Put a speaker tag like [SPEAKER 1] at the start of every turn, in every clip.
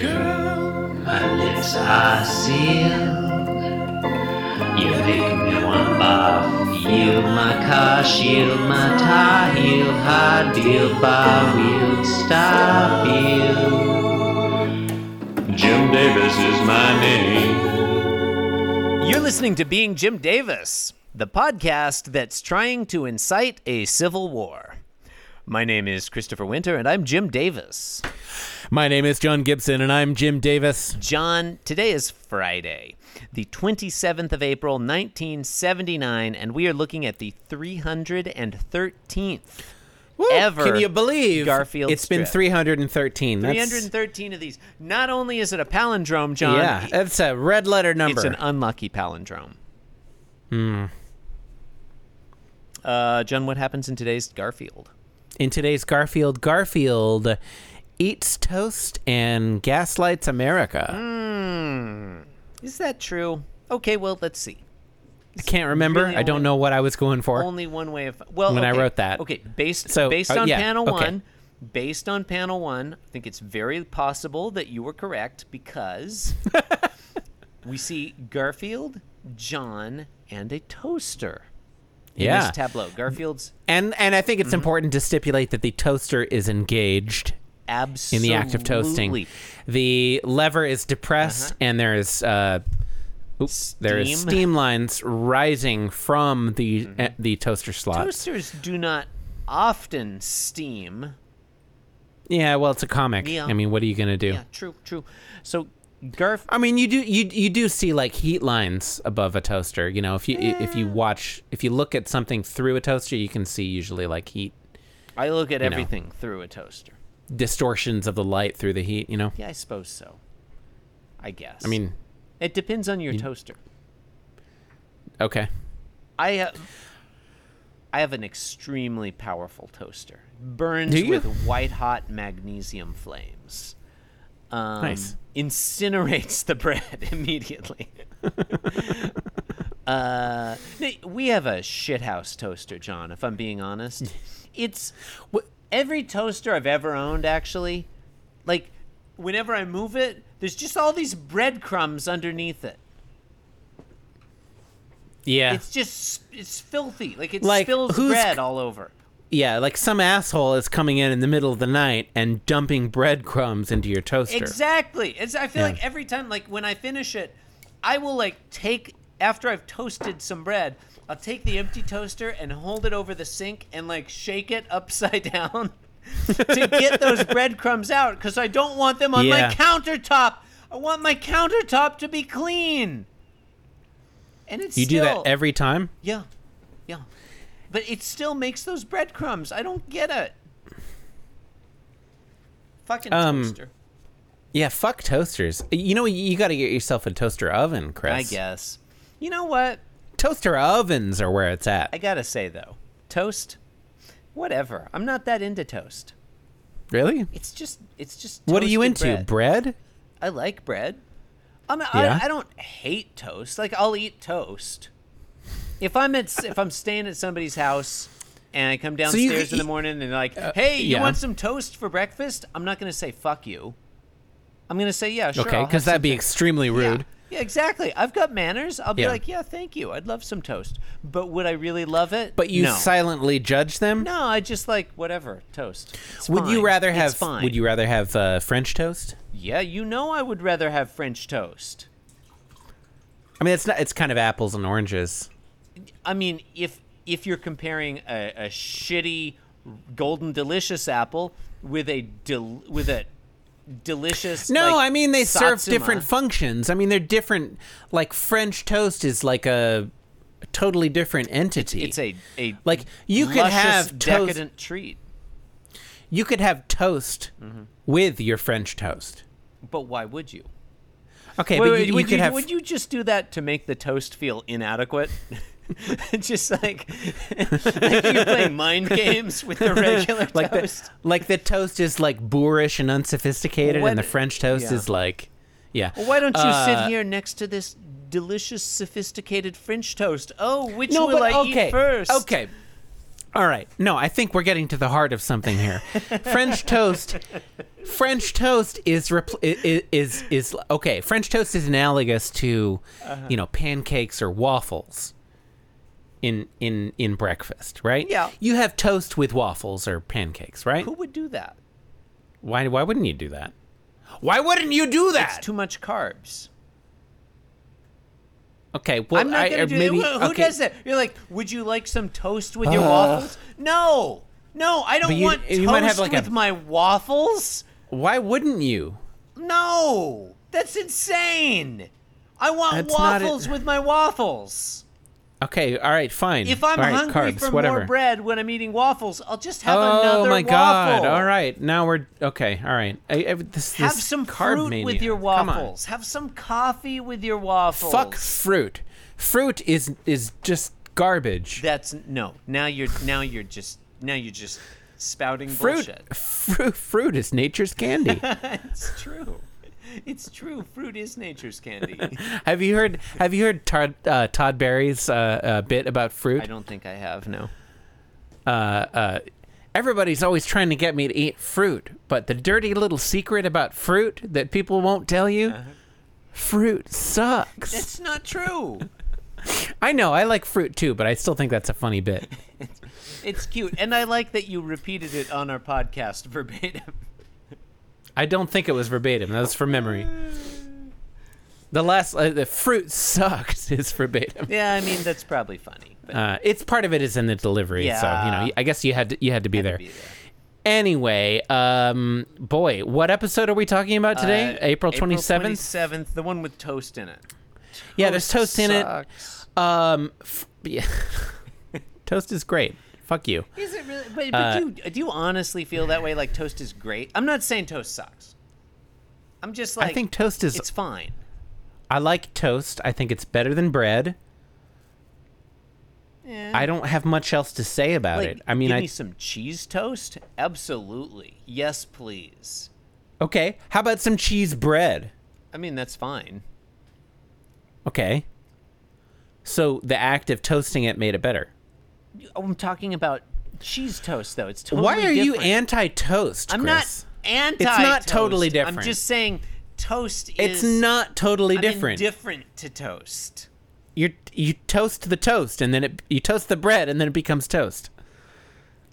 [SPEAKER 1] Girl, my lips are sealed. You make me want bath. Yield my car, shield my tie, heel, hard deal, bar wheel, stop heel. Jim Davis is my name.
[SPEAKER 2] You're listening to Being Jim Davis, the podcast that's trying to incite a civil war. My name is Christopher Winter, and I'm Jim Davis.
[SPEAKER 3] My name is John Gibson, and I'm Jim Davis.
[SPEAKER 2] John, today is Friday, the 27th of April, 1979, and we are looking at the 313th. Ever
[SPEAKER 3] Can you believe
[SPEAKER 2] Garfield
[SPEAKER 3] It's been
[SPEAKER 2] strip.
[SPEAKER 3] 313. That's-
[SPEAKER 2] 313 of these. Not only is it a palindrome, John,
[SPEAKER 3] Yeah, that's a red letter number.
[SPEAKER 2] It's an unlucky palindrome. Hmm. Uh, John, what happens in today's Garfield?
[SPEAKER 3] In today's Garfield, Garfield eats toast and gaslights America.
[SPEAKER 2] Mm, Is that true? Okay, well, let's see.
[SPEAKER 3] I can't remember.
[SPEAKER 2] really
[SPEAKER 3] I don't
[SPEAKER 2] only-
[SPEAKER 3] know what I was going for.
[SPEAKER 2] Only one way of well.
[SPEAKER 3] When I
[SPEAKER 2] okay.
[SPEAKER 3] wrote that.
[SPEAKER 2] Okay, based
[SPEAKER 3] So,
[SPEAKER 2] based
[SPEAKER 3] uh,
[SPEAKER 2] on
[SPEAKER 3] yeah,
[SPEAKER 2] panel
[SPEAKER 3] okay.
[SPEAKER 2] one, based on panel one, I think it's very possible that you were correct because we see Garfield, John, and a toaster in
[SPEAKER 3] yeah.
[SPEAKER 2] this tableau. Garfield's
[SPEAKER 3] and and I
[SPEAKER 2] Mm-hmm.
[SPEAKER 3] think it's important to stipulate that the toaster is engaged in
[SPEAKER 2] absolutely Uh-huh.
[SPEAKER 3] the act of toasting. The lever is depressed, and there is uh, oops, there is
[SPEAKER 2] Steam. Mm-hmm.
[SPEAKER 3] steam lines rising from the eh, the toaster slot.
[SPEAKER 2] Toasters do not often steam.
[SPEAKER 3] Yeah, well, it's a comic.
[SPEAKER 2] Yeah.
[SPEAKER 3] I mean, what are you gonna do?
[SPEAKER 2] Yeah, true, true. So Garf
[SPEAKER 3] I mean, you do you you do see like heat lines above a toaster. You know, if you if
[SPEAKER 2] Mm.
[SPEAKER 3] you watch if you look at something through a toaster, you can see usually like heat
[SPEAKER 2] I look at
[SPEAKER 3] know.
[SPEAKER 2] everything through a toaster.
[SPEAKER 3] distortions of the light through the heat. You know,
[SPEAKER 2] Yeah, I suppose so. I guess.
[SPEAKER 3] I mean,
[SPEAKER 2] it depends on your toaster.
[SPEAKER 3] okay,
[SPEAKER 2] I have I have an extremely powerful toaster. Burns
[SPEAKER 3] Do you?
[SPEAKER 2] with white hot magnesium flames. Um,
[SPEAKER 3] Nice.
[SPEAKER 2] Incinerates the bread immediately. uh, n- we have a shithouse toaster, John. If I'm being honest, it's every toaster I've ever owned. Actually, like whenever I move it, there's just all these breadcrumbs underneath it.
[SPEAKER 3] yeah,
[SPEAKER 2] It's just it's filthy. Like it
[SPEAKER 3] Like,
[SPEAKER 2] spills
[SPEAKER 3] who's-
[SPEAKER 2] bread all over.
[SPEAKER 3] yeah. Like some asshole is coming in in the middle of the night and dumping breadcrumbs into your toaster.
[SPEAKER 2] Exactly. It's, I feel
[SPEAKER 3] Yeah.
[SPEAKER 2] like every time, like when I finish it, I will like take after I've toasted some bread. I'll take the empty toaster and hold it over the sink and like shake it upside down to get those breadcrumbs out because I don't want them on my
[SPEAKER 3] Yeah.
[SPEAKER 2] countertop. I want my countertop to be clean. And it's
[SPEAKER 3] You do that
[SPEAKER 2] still-
[SPEAKER 3] every time.
[SPEAKER 2] yeah, yeah, but it still makes those breadcrumbs. I don't get it. Fucking
[SPEAKER 3] Um,
[SPEAKER 2] toaster.
[SPEAKER 3] Yeah, fuck toasters. You know, you got to get yourself a toaster oven, Chris.
[SPEAKER 2] I guess. You know what?
[SPEAKER 3] toaster ovens are where it's at.
[SPEAKER 2] I gotta say though, toast. Whatever. I'm not that into toast.
[SPEAKER 3] really?
[SPEAKER 2] It's just, it's just.
[SPEAKER 3] What are you into?
[SPEAKER 2] toasted Bread.
[SPEAKER 3] bread?
[SPEAKER 2] I like bread. I'm,
[SPEAKER 3] Yeah?
[SPEAKER 2] I, I don't hate toast. Like I'll eat toast. If I'm at, s- if I'm staying at somebody's house and I come
[SPEAKER 3] you- uh,
[SPEAKER 2] downstairs in the morning and they're like, "Hey, you
[SPEAKER 3] yeah.
[SPEAKER 2] want some toast for breakfast?" I'm not going to say "fuck you." I'm going to say, "Yeah, sure."
[SPEAKER 3] Okay,
[SPEAKER 2] I'll have
[SPEAKER 3] because that'd be
[SPEAKER 2] something."
[SPEAKER 3] extremely
[SPEAKER 2] Yeah.
[SPEAKER 3] rude.
[SPEAKER 2] Yeah. exactly. I've got manners. I'll be
[SPEAKER 3] Yeah.
[SPEAKER 2] like, "Yeah, thank you. I'd love some toast." But would I really love it?
[SPEAKER 3] But you
[SPEAKER 2] no.
[SPEAKER 3] silently judge them.
[SPEAKER 2] No, I just like whatever toast. It's
[SPEAKER 3] Would you
[SPEAKER 2] fine.
[SPEAKER 3] rather
[SPEAKER 2] It's
[SPEAKER 3] have?
[SPEAKER 2] fine.
[SPEAKER 3] Would you rather have uh, French toast?
[SPEAKER 2] Yeah, you know, I would rather have French toast.
[SPEAKER 3] I mean, it's not. It's kind of apples and oranges.
[SPEAKER 2] I mean, if if you're comparing a, a shitty golden delicious apple with a del- with a delicious
[SPEAKER 3] No,
[SPEAKER 2] like,
[SPEAKER 3] I mean they serve
[SPEAKER 2] satsuma-
[SPEAKER 3] different functions. I mean they're different. Like French toast is like a totally different entity.
[SPEAKER 2] It's a a
[SPEAKER 3] like you could
[SPEAKER 2] luscious,
[SPEAKER 3] have toast.
[SPEAKER 2] decadent treat,
[SPEAKER 3] You could have toast
[SPEAKER 2] Mm-hmm.
[SPEAKER 3] with your French toast.
[SPEAKER 2] but why would you?
[SPEAKER 3] Okay,
[SPEAKER 2] Wait,
[SPEAKER 3] but
[SPEAKER 2] wait,
[SPEAKER 3] you, you
[SPEAKER 2] would
[SPEAKER 3] could
[SPEAKER 2] you
[SPEAKER 3] have.
[SPEAKER 2] would you just do that to make the toast feel inadequate? just like, like you play mind games with the regular
[SPEAKER 3] like
[SPEAKER 2] toast.
[SPEAKER 3] the like the toast is like boorish and unsophisticated,
[SPEAKER 2] What-
[SPEAKER 3] and the French toast
[SPEAKER 2] yeah.
[SPEAKER 3] is like, yeah.
[SPEAKER 2] Well, Why don't you
[SPEAKER 3] Uh,
[SPEAKER 2] sit here next to this delicious, sophisticated French toast? Oh, which
[SPEAKER 3] No,
[SPEAKER 2] will
[SPEAKER 3] but
[SPEAKER 2] I
[SPEAKER 3] okay,
[SPEAKER 2] eat first?
[SPEAKER 3] okay. All right. No, I think we're getting to the heart of something here. French toast. French toast is repl- i- i- is is okay. French toast is analogous to,
[SPEAKER 2] Uh-huh.
[SPEAKER 3] you know, pancakes or waffles. In in in breakfast, right?
[SPEAKER 2] Yeah.
[SPEAKER 3] You have toast with waffles or pancakes, right?
[SPEAKER 2] Who would do that?
[SPEAKER 3] Why why wouldn't you do that? Why wouldn't you do that?
[SPEAKER 2] It's too much carbs.
[SPEAKER 3] okay. Well,
[SPEAKER 2] I'm not
[SPEAKER 3] I,
[SPEAKER 2] gonna
[SPEAKER 3] or
[SPEAKER 2] do
[SPEAKER 3] maybe
[SPEAKER 2] that. Who- Who
[SPEAKER 3] okay. Uh.
[SPEAKER 2] does that? You're like, would you like some toast with your waffles? No, no, I don't
[SPEAKER 3] But you-
[SPEAKER 2] want toast
[SPEAKER 3] you might have like a-
[SPEAKER 2] with my waffles.
[SPEAKER 3] Why wouldn't you?
[SPEAKER 2] No, that's insane. I want
[SPEAKER 3] That's not it-
[SPEAKER 2] waffles with my waffles.
[SPEAKER 3] Okay, all right, fine.
[SPEAKER 2] If I'm
[SPEAKER 3] All right,
[SPEAKER 2] hungry
[SPEAKER 3] carbs,
[SPEAKER 2] for
[SPEAKER 3] whatever.
[SPEAKER 2] more bread when I'm eating waffles, I'll just have
[SPEAKER 3] Oh
[SPEAKER 2] another
[SPEAKER 3] my god!
[SPEAKER 2] waffle.
[SPEAKER 3] All right, now we're okay. All right, I, I, this,
[SPEAKER 2] Have
[SPEAKER 3] this
[SPEAKER 2] some
[SPEAKER 3] carb
[SPEAKER 2] fruit
[SPEAKER 3] mania.
[SPEAKER 2] with your
[SPEAKER 3] Come on.
[SPEAKER 2] waffles. Have some coffee with your waffles.
[SPEAKER 3] Fuck fruit. Fruit is is just garbage.
[SPEAKER 2] That's no. Now you're now you're just now you're just spouting
[SPEAKER 3] fruit,
[SPEAKER 2] bullshit.
[SPEAKER 3] fruit, fruit is nature's candy.
[SPEAKER 2] it's true. It's true. Fruit is nature's candy.
[SPEAKER 3] have you heard? Have you heard Todd, uh, Todd Berry's uh, uh, bit about fruit? Uh,
[SPEAKER 2] I don't think I have. No.
[SPEAKER 3] Everybody's always trying to get me to eat fruit, but the dirty little secret about fruit that people won't tell you.
[SPEAKER 2] Uh-huh.
[SPEAKER 3] Fruit sucks.
[SPEAKER 2] It's not true.
[SPEAKER 3] I know, I like fruit too, but I still think that's a funny bit.
[SPEAKER 2] It's cute, and I like that you repeated it on our podcast verbatim.
[SPEAKER 3] I don't think it was verbatim. That was from memory. The last, uh, the fruit sucks is verbatim.
[SPEAKER 2] Yeah, I mean that's probably funny. But
[SPEAKER 3] Uh, it's part of it is in the delivery, so you
[SPEAKER 2] Yeah.
[SPEAKER 3] know. I guess you had to, you had to be there.
[SPEAKER 2] be there.
[SPEAKER 3] Anyway, um, boy, what episode are we talking about today?
[SPEAKER 2] Uh,
[SPEAKER 3] April twenty
[SPEAKER 2] April
[SPEAKER 3] seventh.
[SPEAKER 2] 27th, the one with toast in it. Oh,
[SPEAKER 3] Yeah, there's toast in it.
[SPEAKER 2] Sucks.
[SPEAKER 3] Um, f- yeah. toast is great. Fuck you.
[SPEAKER 2] Is it really? But,
[SPEAKER 3] Uh,
[SPEAKER 2] but do, you, do you honestly feel that way? Like toast is great? I'm not saying toast sucks. I'm just like
[SPEAKER 3] I think toast is.
[SPEAKER 2] it's fine.
[SPEAKER 3] I like toast. I think it's better than bread.
[SPEAKER 2] Eh.
[SPEAKER 3] I don't have much else to say about
[SPEAKER 2] Like,
[SPEAKER 3] it. I mean,
[SPEAKER 2] give
[SPEAKER 3] I
[SPEAKER 2] me some cheese toast. Absolutely, yes, please.
[SPEAKER 3] okay. How about some cheese bread?
[SPEAKER 2] I mean that's fine.
[SPEAKER 3] Okay. So the act of toasting it made it better.
[SPEAKER 2] Oh, I'm talking about cheese toast though. It's totally
[SPEAKER 3] Why are you
[SPEAKER 2] different.
[SPEAKER 3] anti-toast?
[SPEAKER 2] I'm
[SPEAKER 3] Chris?
[SPEAKER 2] not anti.
[SPEAKER 3] totally
[SPEAKER 2] I'm
[SPEAKER 3] different.
[SPEAKER 2] just saying toast
[SPEAKER 3] It's
[SPEAKER 2] is.
[SPEAKER 3] not totally
[SPEAKER 2] I'm
[SPEAKER 3] different.
[SPEAKER 2] Different to toast.
[SPEAKER 3] you you toast the toast, and then it you toast the bread, and then it becomes toast.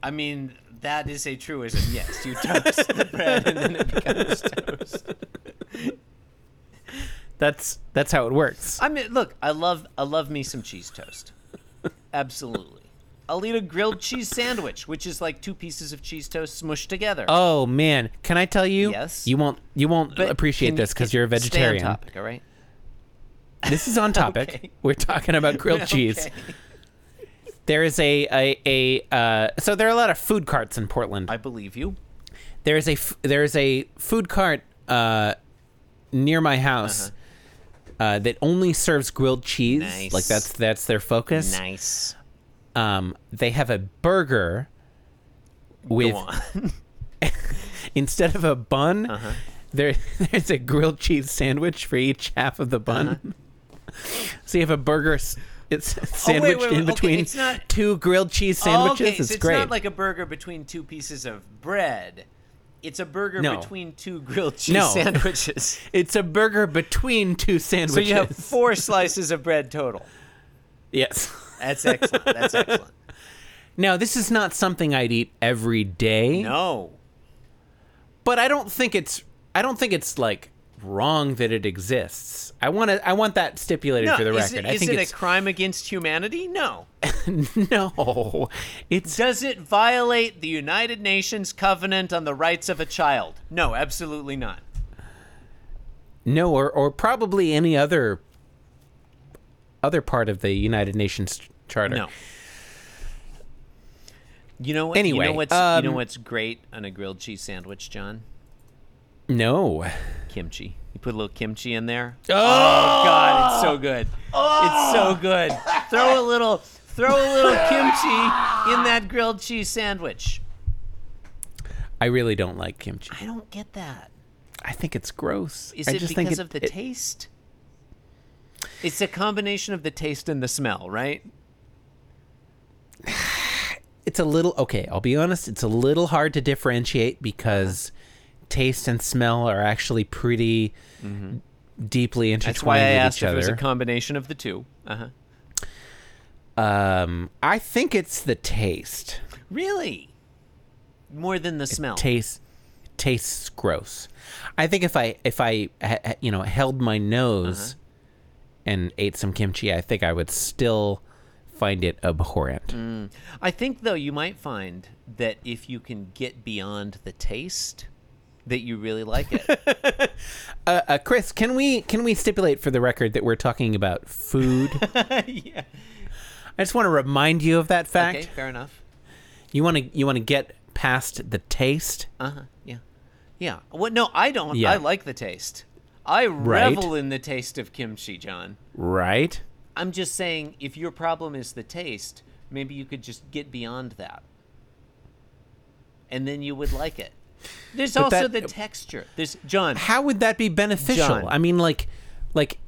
[SPEAKER 2] I mean, that is a truism. Yes, you toast the bread and then it becomes toast.
[SPEAKER 3] That's that's how it works.
[SPEAKER 2] I mean, look, I love I love me some cheese toast. Absolutely. I'll eat a grilled cheese sandwich, which is like two pieces of cheese toast smushed together.
[SPEAKER 3] Oh man, can I tell you?
[SPEAKER 2] Yes.
[SPEAKER 3] You won't you won't
[SPEAKER 2] But
[SPEAKER 3] appreciate
[SPEAKER 2] can-
[SPEAKER 3] this because
[SPEAKER 2] can-
[SPEAKER 3] you're a vegetarian.
[SPEAKER 2] Stay on topic, all right?
[SPEAKER 3] This is on topic.
[SPEAKER 2] Okay.
[SPEAKER 3] We're talking about grilled cheese.
[SPEAKER 2] Okay.
[SPEAKER 3] There is a a, a uh, so there are a lot of food carts in Portland.
[SPEAKER 2] I believe you.
[SPEAKER 3] there is a f- there is a food cart uh, near my house uh that only serves grilled cheese.
[SPEAKER 2] Uh-huh. Nice.
[SPEAKER 3] Like that's that's their focus.
[SPEAKER 2] Nice.
[SPEAKER 3] Um, they have a burger with
[SPEAKER 2] Go on. Uh-huh.
[SPEAKER 3] instead of a bun, there there's a grilled cheese sandwich for each half of the bun. so you have a burger. s- It's sandwiched
[SPEAKER 2] Uh-huh. Oh, wait,
[SPEAKER 3] in
[SPEAKER 2] wait, okay,
[SPEAKER 3] between
[SPEAKER 2] it's not- Oh,
[SPEAKER 3] two grilled cheese sandwiches.
[SPEAKER 2] Okay, so
[SPEAKER 3] it's,
[SPEAKER 2] it's
[SPEAKER 3] great.
[SPEAKER 2] not like a burger between two pieces of bread. It's a burger
[SPEAKER 3] No.
[SPEAKER 2] between two grilled cheese
[SPEAKER 3] No.
[SPEAKER 2] sandwiches.
[SPEAKER 3] it's a burger between two sandwiches.
[SPEAKER 2] So you have four slices of bread total.
[SPEAKER 3] yes.
[SPEAKER 2] That's excellent. That's excellent.
[SPEAKER 3] Now this is not something I'd eat every day.
[SPEAKER 2] No.
[SPEAKER 3] but I don't think it's I don't think it's like wrong that it exists. I want to I want that stipulated
[SPEAKER 2] no
[SPEAKER 3] for the
[SPEAKER 2] is
[SPEAKER 3] record.
[SPEAKER 2] it,
[SPEAKER 3] I
[SPEAKER 2] is
[SPEAKER 3] think
[SPEAKER 2] it
[SPEAKER 3] it's
[SPEAKER 2] a crime against humanity? No.
[SPEAKER 3] no. It's
[SPEAKER 2] Does it violate the United Nations Covenant on the Rights of a Child? No, absolutely not.
[SPEAKER 3] no or or probably any other other part of the United Nations charter.
[SPEAKER 2] No. You know what? you
[SPEAKER 3] Anyway,
[SPEAKER 2] know what's you
[SPEAKER 3] um,
[SPEAKER 2] know what's great on a grilled cheese sandwich, John?
[SPEAKER 3] No.
[SPEAKER 2] Kimchi. You put a little kimchi in there. Oh, God, it's so good.
[SPEAKER 3] Oh!
[SPEAKER 2] It's so good. Throw a little throw a little kimchi in that grilled cheese sandwich.
[SPEAKER 3] I really don't like kimchi.
[SPEAKER 2] I don't get that.
[SPEAKER 3] I think it's gross.
[SPEAKER 2] Is
[SPEAKER 3] I
[SPEAKER 2] it
[SPEAKER 3] just think
[SPEAKER 2] because
[SPEAKER 3] it-
[SPEAKER 2] of the
[SPEAKER 3] it-
[SPEAKER 2] taste? It's a combination of the taste and the smell, right?
[SPEAKER 3] it's a little okay. I'll be honest. It's a little hard to differentiate because taste and smell are actually pretty deeply intertwined
[SPEAKER 2] That's why I
[SPEAKER 3] with
[SPEAKER 2] asked
[SPEAKER 3] each
[SPEAKER 2] if it was
[SPEAKER 3] other.
[SPEAKER 2] a combination of the two. Uh huh.
[SPEAKER 3] um, I think it's the taste.
[SPEAKER 2] Really? More than the smell.
[SPEAKER 3] Tastes tastes gross. I think if I if I ha- ha- you know held my
[SPEAKER 2] Uh-huh.
[SPEAKER 3] nose and ate some kimchi, I think I would still find it abhorrent.
[SPEAKER 2] Mm. I think though you might find that if you can get beyond the taste, that you really like it.
[SPEAKER 3] Uh, uh, Chris, can we can we stipulate for the record that we're talking about food?
[SPEAKER 2] yeah.
[SPEAKER 3] I just want to remind you of that fact.
[SPEAKER 2] Okay, fair enough.
[SPEAKER 3] You want to you want to get past the taste.
[SPEAKER 2] Uh huh. Yeah. Yeah. Well, no, I don't.
[SPEAKER 3] Yeah.
[SPEAKER 2] I like the taste. I
[SPEAKER 3] Right.
[SPEAKER 2] revel in the taste of kimchi, John.
[SPEAKER 3] Right.
[SPEAKER 2] I'm just saying, if your problem is the taste, maybe you could just get beyond that, and then you would like it. There's
[SPEAKER 3] But
[SPEAKER 2] also
[SPEAKER 3] that-
[SPEAKER 2] the texture. There's John.
[SPEAKER 3] How would that be beneficial?
[SPEAKER 2] John.
[SPEAKER 3] I mean, like, like,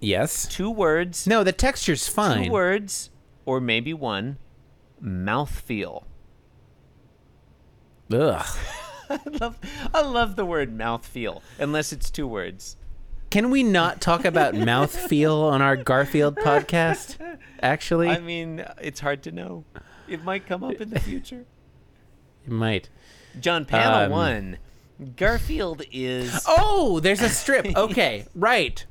[SPEAKER 3] yes.
[SPEAKER 2] Two words.
[SPEAKER 3] No, the texture's fine.
[SPEAKER 2] Two words, or maybe one. Mouthfeel.
[SPEAKER 3] Ugh.
[SPEAKER 2] I love, I love the word mouthfeel, unless it's two words.
[SPEAKER 3] Can we not talk about mouthfeel on our Garfield podcast? Actually,
[SPEAKER 2] I mean, it's hard to know. It might come up in the future.
[SPEAKER 3] it might.
[SPEAKER 2] John, panel
[SPEAKER 3] Um,
[SPEAKER 2] one. Garfield is.
[SPEAKER 3] Oh, there's a strip. Okay, right.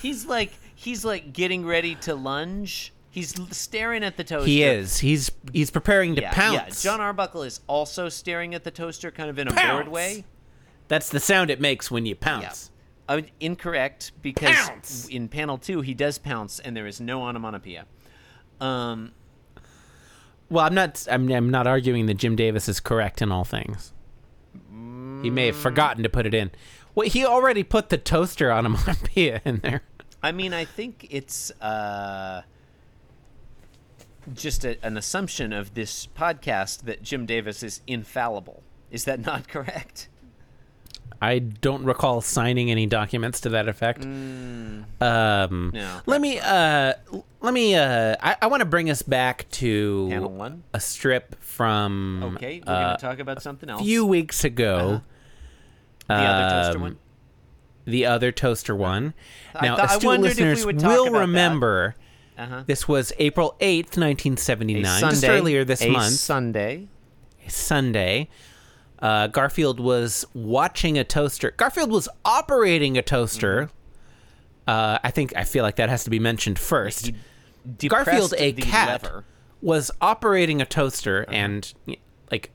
[SPEAKER 2] He's like he's like getting ready to lunge. He's l- staring at the toaster.
[SPEAKER 3] He is. He's he's preparing to
[SPEAKER 2] Yeah, yeah.
[SPEAKER 3] pounce.
[SPEAKER 2] John Arbuckle is also staring at the toaster, kind of in a bored
[SPEAKER 3] Pounce.
[SPEAKER 2] way.
[SPEAKER 3] That's the sound it makes when you
[SPEAKER 2] Yeah.
[SPEAKER 3] pounce.
[SPEAKER 2] Uh, incorrect because
[SPEAKER 3] Pounce.
[SPEAKER 2] in panel two he does pounce and there is no onomatopoeia. Um,
[SPEAKER 3] Well, I'm not. I'm, I'm not arguing that Jim Davis is correct in all things. He may have forgotten to put it in. Well, he already put the toaster on onomatopoeia in there.
[SPEAKER 2] I mean, I think it's uh, just a, an assumption of this podcast that Jim Davis is infallible. Is that not correct?
[SPEAKER 3] I don't recall signing any documents to that effect.
[SPEAKER 2] Mm.
[SPEAKER 3] Um,
[SPEAKER 2] No,
[SPEAKER 3] let me. Uh, l- let me. Uh, I, I want to bring us back to
[SPEAKER 2] Panel one.
[SPEAKER 3] a strip from
[SPEAKER 2] Okay, we're going
[SPEAKER 3] uh,
[SPEAKER 2] to talk Uh-huh. about something else.
[SPEAKER 3] a few weeks ago.
[SPEAKER 2] the other toaster
[SPEAKER 3] um,
[SPEAKER 2] one.
[SPEAKER 3] the other toaster one.
[SPEAKER 2] I
[SPEAKER 3] Now,
[SPEAKER 2] thought- I
[SPEAKER 3] astute
[SPEAKER 2] wondered if we
[SPEAKER 3] listeners
[SPEAKER 2] would talk
[SPEAKER 3] will
[SPEAKER 2] about that.
[SPEAKER 3] remember
[SPEAKER 2] Uh-huh.
[SPEAKER 3] this was April 8th, 1979, just earlier this
[SPEAKER 2] a
[SPEAKER 3] month,
[SPEAKER 2] Sunday.
[SPEAKER 3] Sunday. Uh, Garfield was watching a toaster. Garfield was operating a toaster. Uh, I think I feel like that has to be mentioned first. Garfield,
[SPEAKER 2] depressed
[SPEAKER 3] a
[SPEAKER 2] the
[SPEAKER 3] cat,
[SPEAKER 2] lever. Uh-huh.
[SPEAKER 3] was operating a toaster and y- like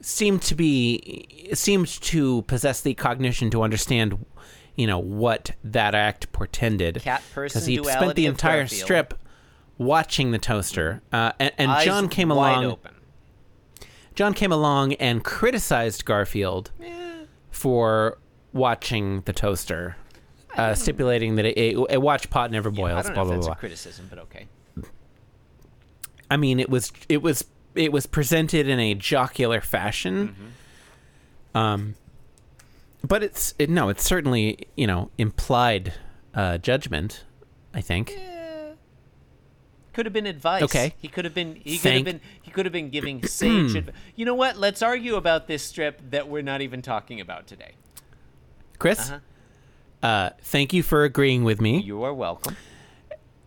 [SPEAKER 3] seemed to be seemed to possess the cognition to understand, you know, what that act portended.
[SPEAKER 2] Cat-person
[SPEAKER 3] he
[SPEAKER 2] duality
[SPEAKER 3] spent the
[SPEAKER 2] of
[SPEAKER 3] entire
[SPEAKER 2] Garfield.
[SPEAKER 3] strip watching the toaster, uh, and, and
[SPEAKER 2] Eyes
[SPEAKER 3] John came
[SPEAKER 2] wide
[SPEAKER 3] along.
[SPEAKER 2] Open.
[SPEAKER 3] John came along and criticized Garfield for watching the toaster, uh, stipulating that a, a, a watch pot never
[SPEAKER 2] I
[SPEAKER 3] boils.
[SPEAKER 2] don't know
[SPEAKER 3] blah
[SPEAKER 2] if
[SPEAKER 3] blah
[SPEAKER 2] that's
[SPEAKER 3] blah.
[SPEAKER 2] a criticism, but okay.
[SPEAKER 3] I mean, it was it was it was presented in a jocular fashion.
[SPEAKER 2] Mm-hmm.
[SPEAKER 3] Um, but it's it, no, it's certainly you know implied uh, judgment. I think.
[SPEAKER 2] Could have been advice.
[SPEAKER 3] Okay.
[SPEAKER 2] He could have been. He could have
[SPEAKER 3] Thank- Hmm.
[SPEAKER 2] been. He could have been giving sage advice. You know what? Let's argue about this strip that we're not even talking about today.
[SPEAKER 3] Chris,
[SPEAKER 2] Uh-huh.
[SPEAKER 3] uh, thank you for agreeing with me.
[SPEAKER 2] You are welcome.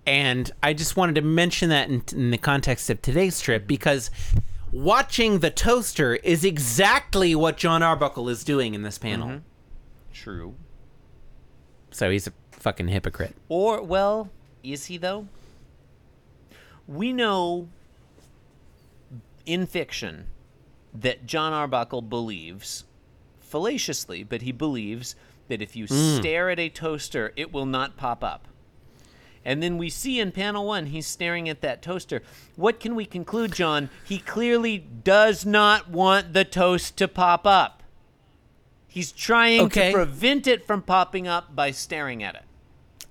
[SPEAKER 3] And I just wanted to mention that in, in the context of today's trip because watching the toaster is exactly what John Arbuckle is doing in this panel.
[SPEAKER 2] Mm-hmm. True.
[SPEAKER 3] So he's a fucking hypocrite.
[SPEAKER 2] Or well, is he though? We know in fiction that John Arbuckle believes fallaciously, but he believes that if you stare at a toaster, it will not pop up. And then we see in panel 1 he's staring at that toaster. What can we conclude, John? He clearly does not want the toast to pop up. He's trying
[SPEAKER 3] Okay.
[SPEAKER 2] to prevent it from popping up by staring at it.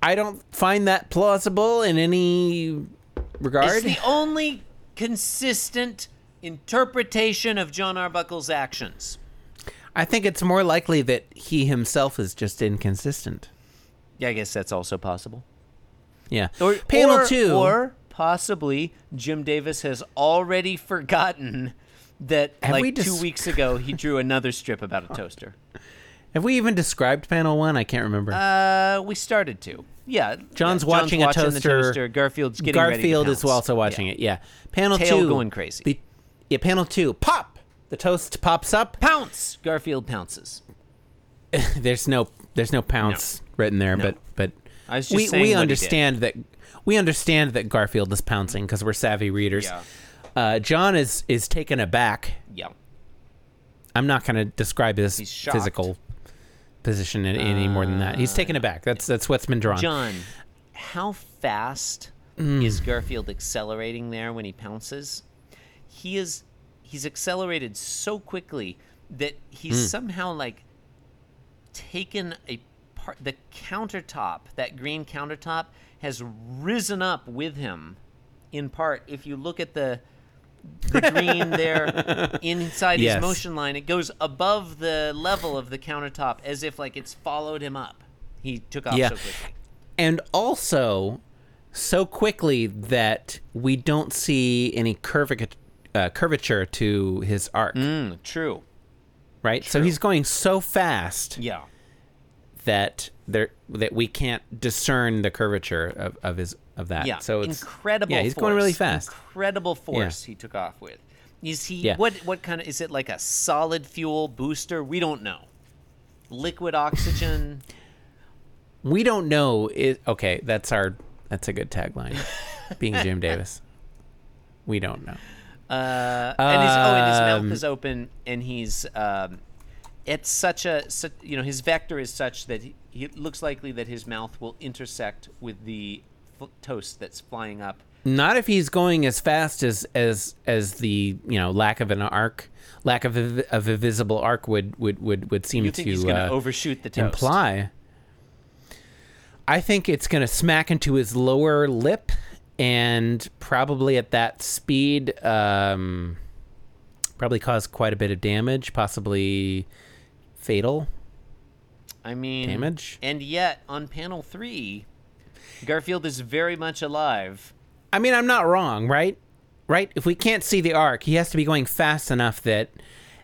[SPEAKER 3] I don't find that plausible in any regard.
[SPEAKER 2] It's the only consistent interpretation of John Arbuckle's actions.
[SPEAKER 3] I think it's more likely that he himself is just inconsistent.
[SPEAKER 2] Yeah, I guess that's also possible.
[SPEAKER 3] Yeah.
[SPEAKER 2] Or
[SPEAKER 3] panel
[SPEAKER 2] or-
[SPEAKER 3] two.
[SPEAKER 2] or possibly Jim Davis has already forgotten that
[SPEAKER 3] Have we
[SPEAKER 2] like
[SPEAKER 3] dis-
[SPEAKER 2] two weeks ago he drew another strip about a toaster.
[SPEAKER 3] Have we even described panel one? I can't remember.
[SPEAKER 2] Uh, we started to. Yeah,
[SPEAKER 3] John's
[SPEAKER 2] yeah,
[SPEAKER 3] watching a
[SPEAKER 2] the
[SPEAKER 3] toaster.
[SPEAKER 2] toaster. Garfield's getting ready to
[SPEAKER 3] Garfield is
[SPEAKER 2] pounce.
[SPEAKER 3] also watching
[SPEAKER 2] Yeah.
[SPEAKER 3] it. Yeah. Panel
[SPEAKER 2] Tail
[SPEAKER 3] two
[SPEAKER 2] going crazy.
[SPEAKER 3] The, yeah, panel two. Pop. The toast pops up.
[SPEAKER 2] Pounce. Garfield pounces.
[SPEAKER 3] There's no there's no pounce written there, but but
[SPEAKER 2] I was just
[SPEAKER 3] we
[SPEAKER 2] saying what he
[SPEAKER 3] we
[SPEAKER 2] did.
[SPEAKER 3] understand that we understand that Garfield is pouncing because we're savvy readers.
[SPEAKER 2] Yeah.
[SPEAKER 3] Uh, John is is taken aback.
[SPEAKER 2] Yeah.
[SPEAKER 3] I'm not going to describe his
[SPEAKER 2] He's shocked.
[SPEAKER 3] physical position in, any more than that. He's taken aback. That's that's what's been drawn.
[SPEAKER 2] Uh, John, how fast is Garfield accelerating there when he pounces? He is he's accelerated so quickly that he's
[SPEAKER 3] Hmm.
[SPEAKER 2] somehow like taken a part the countertop, that green countertop has risen up with him in part. If you look at the the green there inside
[SPEAKER 3] Yes.
[SPEAKER 2] his motion line, it goes above the level of the countertop as if like it's followed him up. He took off
[SPEAKER 3] Yeah.
[SPEAKER 2] so quickly.
[SPEAKER 3] and also so quickly that we don't see any curvic- uh, curvature to his arc,
[SPEAKER 2] Mm, true.
[SPEAKER 3] right? So he's going so fast
[SPEAKER 2] Yeah.
[SPEAKER 3] that there that we can't discern the curvature of, of his of that.
[SPEAKER 2] Yeah.
[SPEAKER 3] Uh, So it's
[SPEAKER 2] incredible.
[SPEAKER 3] yeah, he's
[SPEAKER 2] force.
[SPEAKER 3] going really fast.
[SPEAKER 2] Incredible force he took off with. Is he
[SPEAKER 3] Yeah.
[SPEAKER 2] what? What kind of is it? Like a solid fuel booster? We don't know. Liquid oxygen.
[SPEAKER 3] We don't know. It, okay, that's our that's a good tagline. Being Jim Davis, we don't know.
[SPEAKER 2] Uh, and his, oh, and his
[SPEAKER 3] Um,
[SPEAKER 2] mouth is open, and he's um, it's such a su- you know his vector is such that he, it looks likely that his mouth will intersect with the f- toast that's flying up.
[SPEAKER 3] Not if he's going as fast as as as the you know lack of an arc, lack of a, of a visible arc would would would would seem
[SPEAKER 2] You think
[SPEAKER 3] to
[SPEAKER 2] he's going to
[SPEAKER 3] uh,
[SPEAKER 2] overshoot the toast?
[SPEAKER 3] imply. I think it's going to smack into his lower lip, and probably at that speed, um, probably cause quite a bit of damage, possibly fatal
[SPEAKER 2] I mean,
[SPEAKER 3] damage.
[SPEAKER 2] And yet, on panel three, Garfield is very much alive.
[SPEAKER 3] I mean, I'm not wrong, right? Right? If we can't see the arc, he has to be going fast enough that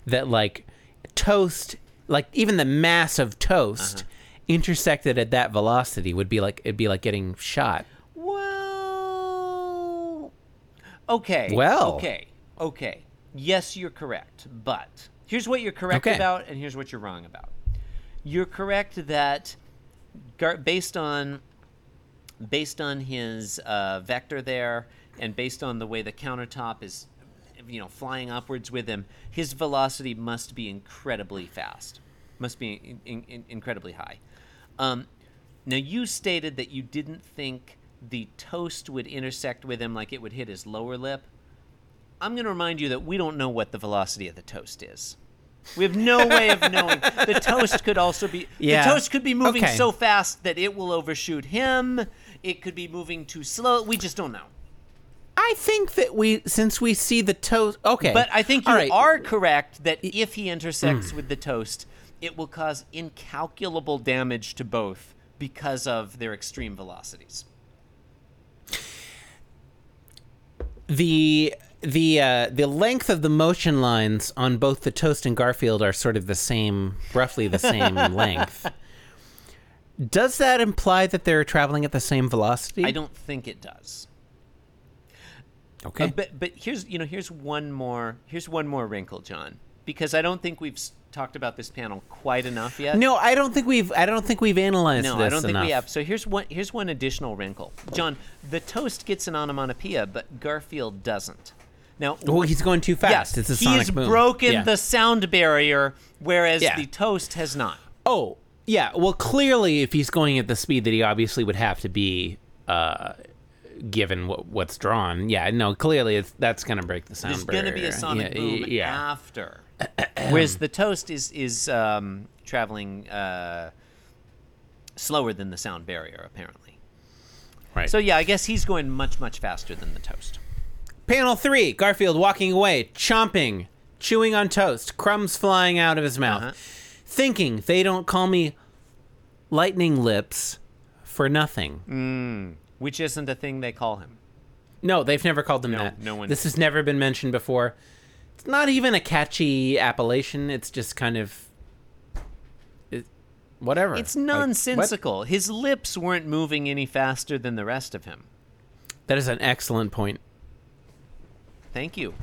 [SPEAKER 3] that like toast, like even the mass of toast
[SPEAKER 2] Uh-huh.
[SPEAKER 3] intersected at that velocity would be like it'd be like getting shot.
[SPEAKER 2] Well, okay.
[SPEAKER 3] Well.
[SPEAKER 2] okay, okay. Yes, you're correct. But here's what you're correct
[SPEAKER 3] Okay.
[SPEAKER 2] about, and here's what you're wrong about. You're correct that, Gar- based on, based on his uh, vector there, and based on the way the countertop is, you know, flying upwards with him, his velocity must be incredibly fast, must be in- in- in- incredibly high. Um, now you stated that you didn't think the toast would intersect with him like it would hit his lower lip. I'm going to remind you that we don't know what the velocity of the toast is. We have no way of knowing. The toast could also be
[SPEAKER 3] Yeah.
[SPEAKER 2] the toast could be moving
[SPEAKER 3] Okay.
[SPEAKER 2] so fast that it will overshoot him. It could be moving too slow. We just don't know.
[SPEAKER 3] I think that we since we see the toast. Okay,
[SPEAKER 2] But I think you
[SPEAKER 3] All right. Mm.
[SPEAKER 2] are correct that if he intersects with the toast, it will cause incalculable damage to both because of their extreme velocities.
[SPEAKER 3] the the uh, the length of the motion lines on both the toast and Garfield are sort of the same, roughly the same length. Does that imply that they're traveling at the same velocity?
[SPEAKER 2] I don't think it does.
[SPEAKER 3] Okay.
[SPEAKER 2] Uh, but but here's you know here's one more here's one more wrinkle, John, because I don't think we've s- talked about this panel quite enough yet.
[SPEAKER 3] No, I don't think we've. I don't think we've analyzed
[SPEAKER 2] No,
[SPEAKER 3] this
[SPEAKER 2] I don't think we
[SPEAKER 3] enough.
[SPEAKER 2] have. So here's one here's one additional wrinkle, John. The toast gets an onomatopoeia, but Garfield doesn't. Now,
[SPEAKER 3] Well, he's going too fast.
[SPEAKER 2] yes,
[SPEAKER 3] it's a
[SPEAKER 2] he
[SPEAKER 3] sonic
[SPEAKER 2] has
[SPEAKER 3] boom.
[SPEAKER 2] broken
[SPEAKER 3] Yeah.
[SPEAKER 2] the sound barrier, whereas
[SPEAKER 3] Yeah.
[SPEAKER 2] the toast has not.
[SPEAKER 3] Oh, yeah. Well, clearly, if he's going at the speed that he obviously would have to be, uh, given what what's drawn, yeah, no, clearly it's that's gonna break the sound.
[SPEAKER 2] There's going to be
[SPEAKER 3] barrier.
[SPEAKER 2] a sonic
[SPEAKER 3] yeah,
[SPEAKER 2] boom
[SPEAKER 3] Yeah.
[SPEAKER 2] after. Whereas the toast is is um, traveling uh, slower than the sound barrier, apparently.
[SPEAKER 3] Right.
[SPEAKER 2] So yeah, I guess he's going much much faster than the toast.
[SPEAKER 3] Panel three: Garfield walking away, chomping, chewing on toast, crumbs flying out of his mouth,
[SPEAKER 2] Uh-huh.
[SPEAKER 3] thinking they don't call me lightning lips for nothing.
[SPEAKER 2] which isn't a thing they call him.
[SPEAKER 3] No, they've never called them
[SPEAKER 4] No,
[SPEAKER 3] that.
[SPEAKER 4] no one-
[SPEAKER 3] This has never been mentioned before. It's not even a catchy appellation. It's just kind of, it, whatever.
[SPEAKER 2] It's
[SPEAKER 3] Like, what?
[SPEAKER 2] nonsensical. His lips weren't moving any faster than the rest of him.
[SPEAKER 3] that is an excellent point.
[SPEAKER 2] Thank you.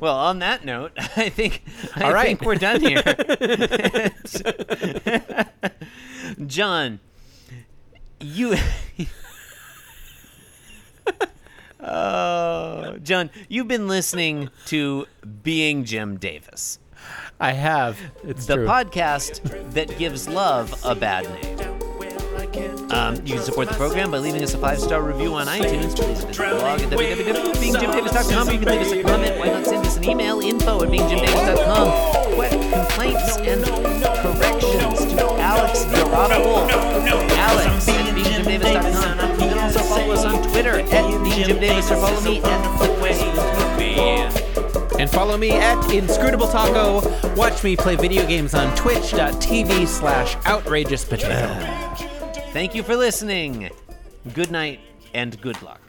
[SPEAKER 2] Well, on that note, I think I
[SPEAKER 3] All right.
[SPEAKER 2] think we're done here. John, you Oh, John, you've been listening to Being Jim Davis,
[SPEAKER 3] I have. It's
[SPEAKER 2] the
[SPEAKER 3] true.
[SPEAKER 2] podcast that gives love a bad name. Um, you can support the program by leaving us a five star review on iTunes. Please visit the blog at www.beingjimdavis.com. You can leave us a comment. Why not send us an email? Info at beingjimdavis.com. What complaints and corrections to Alex Dorado Alex at beingjimdavis.com. You can also follow us on Twitter at beingjimdavis or follow me at the
[SPEAKER 3] And follow me at Inscrutable Taco. Watch me play video games on twitch.tv slash outrageous potato.
[SPEAKER 2] Thank you for listening. Good night and good luck.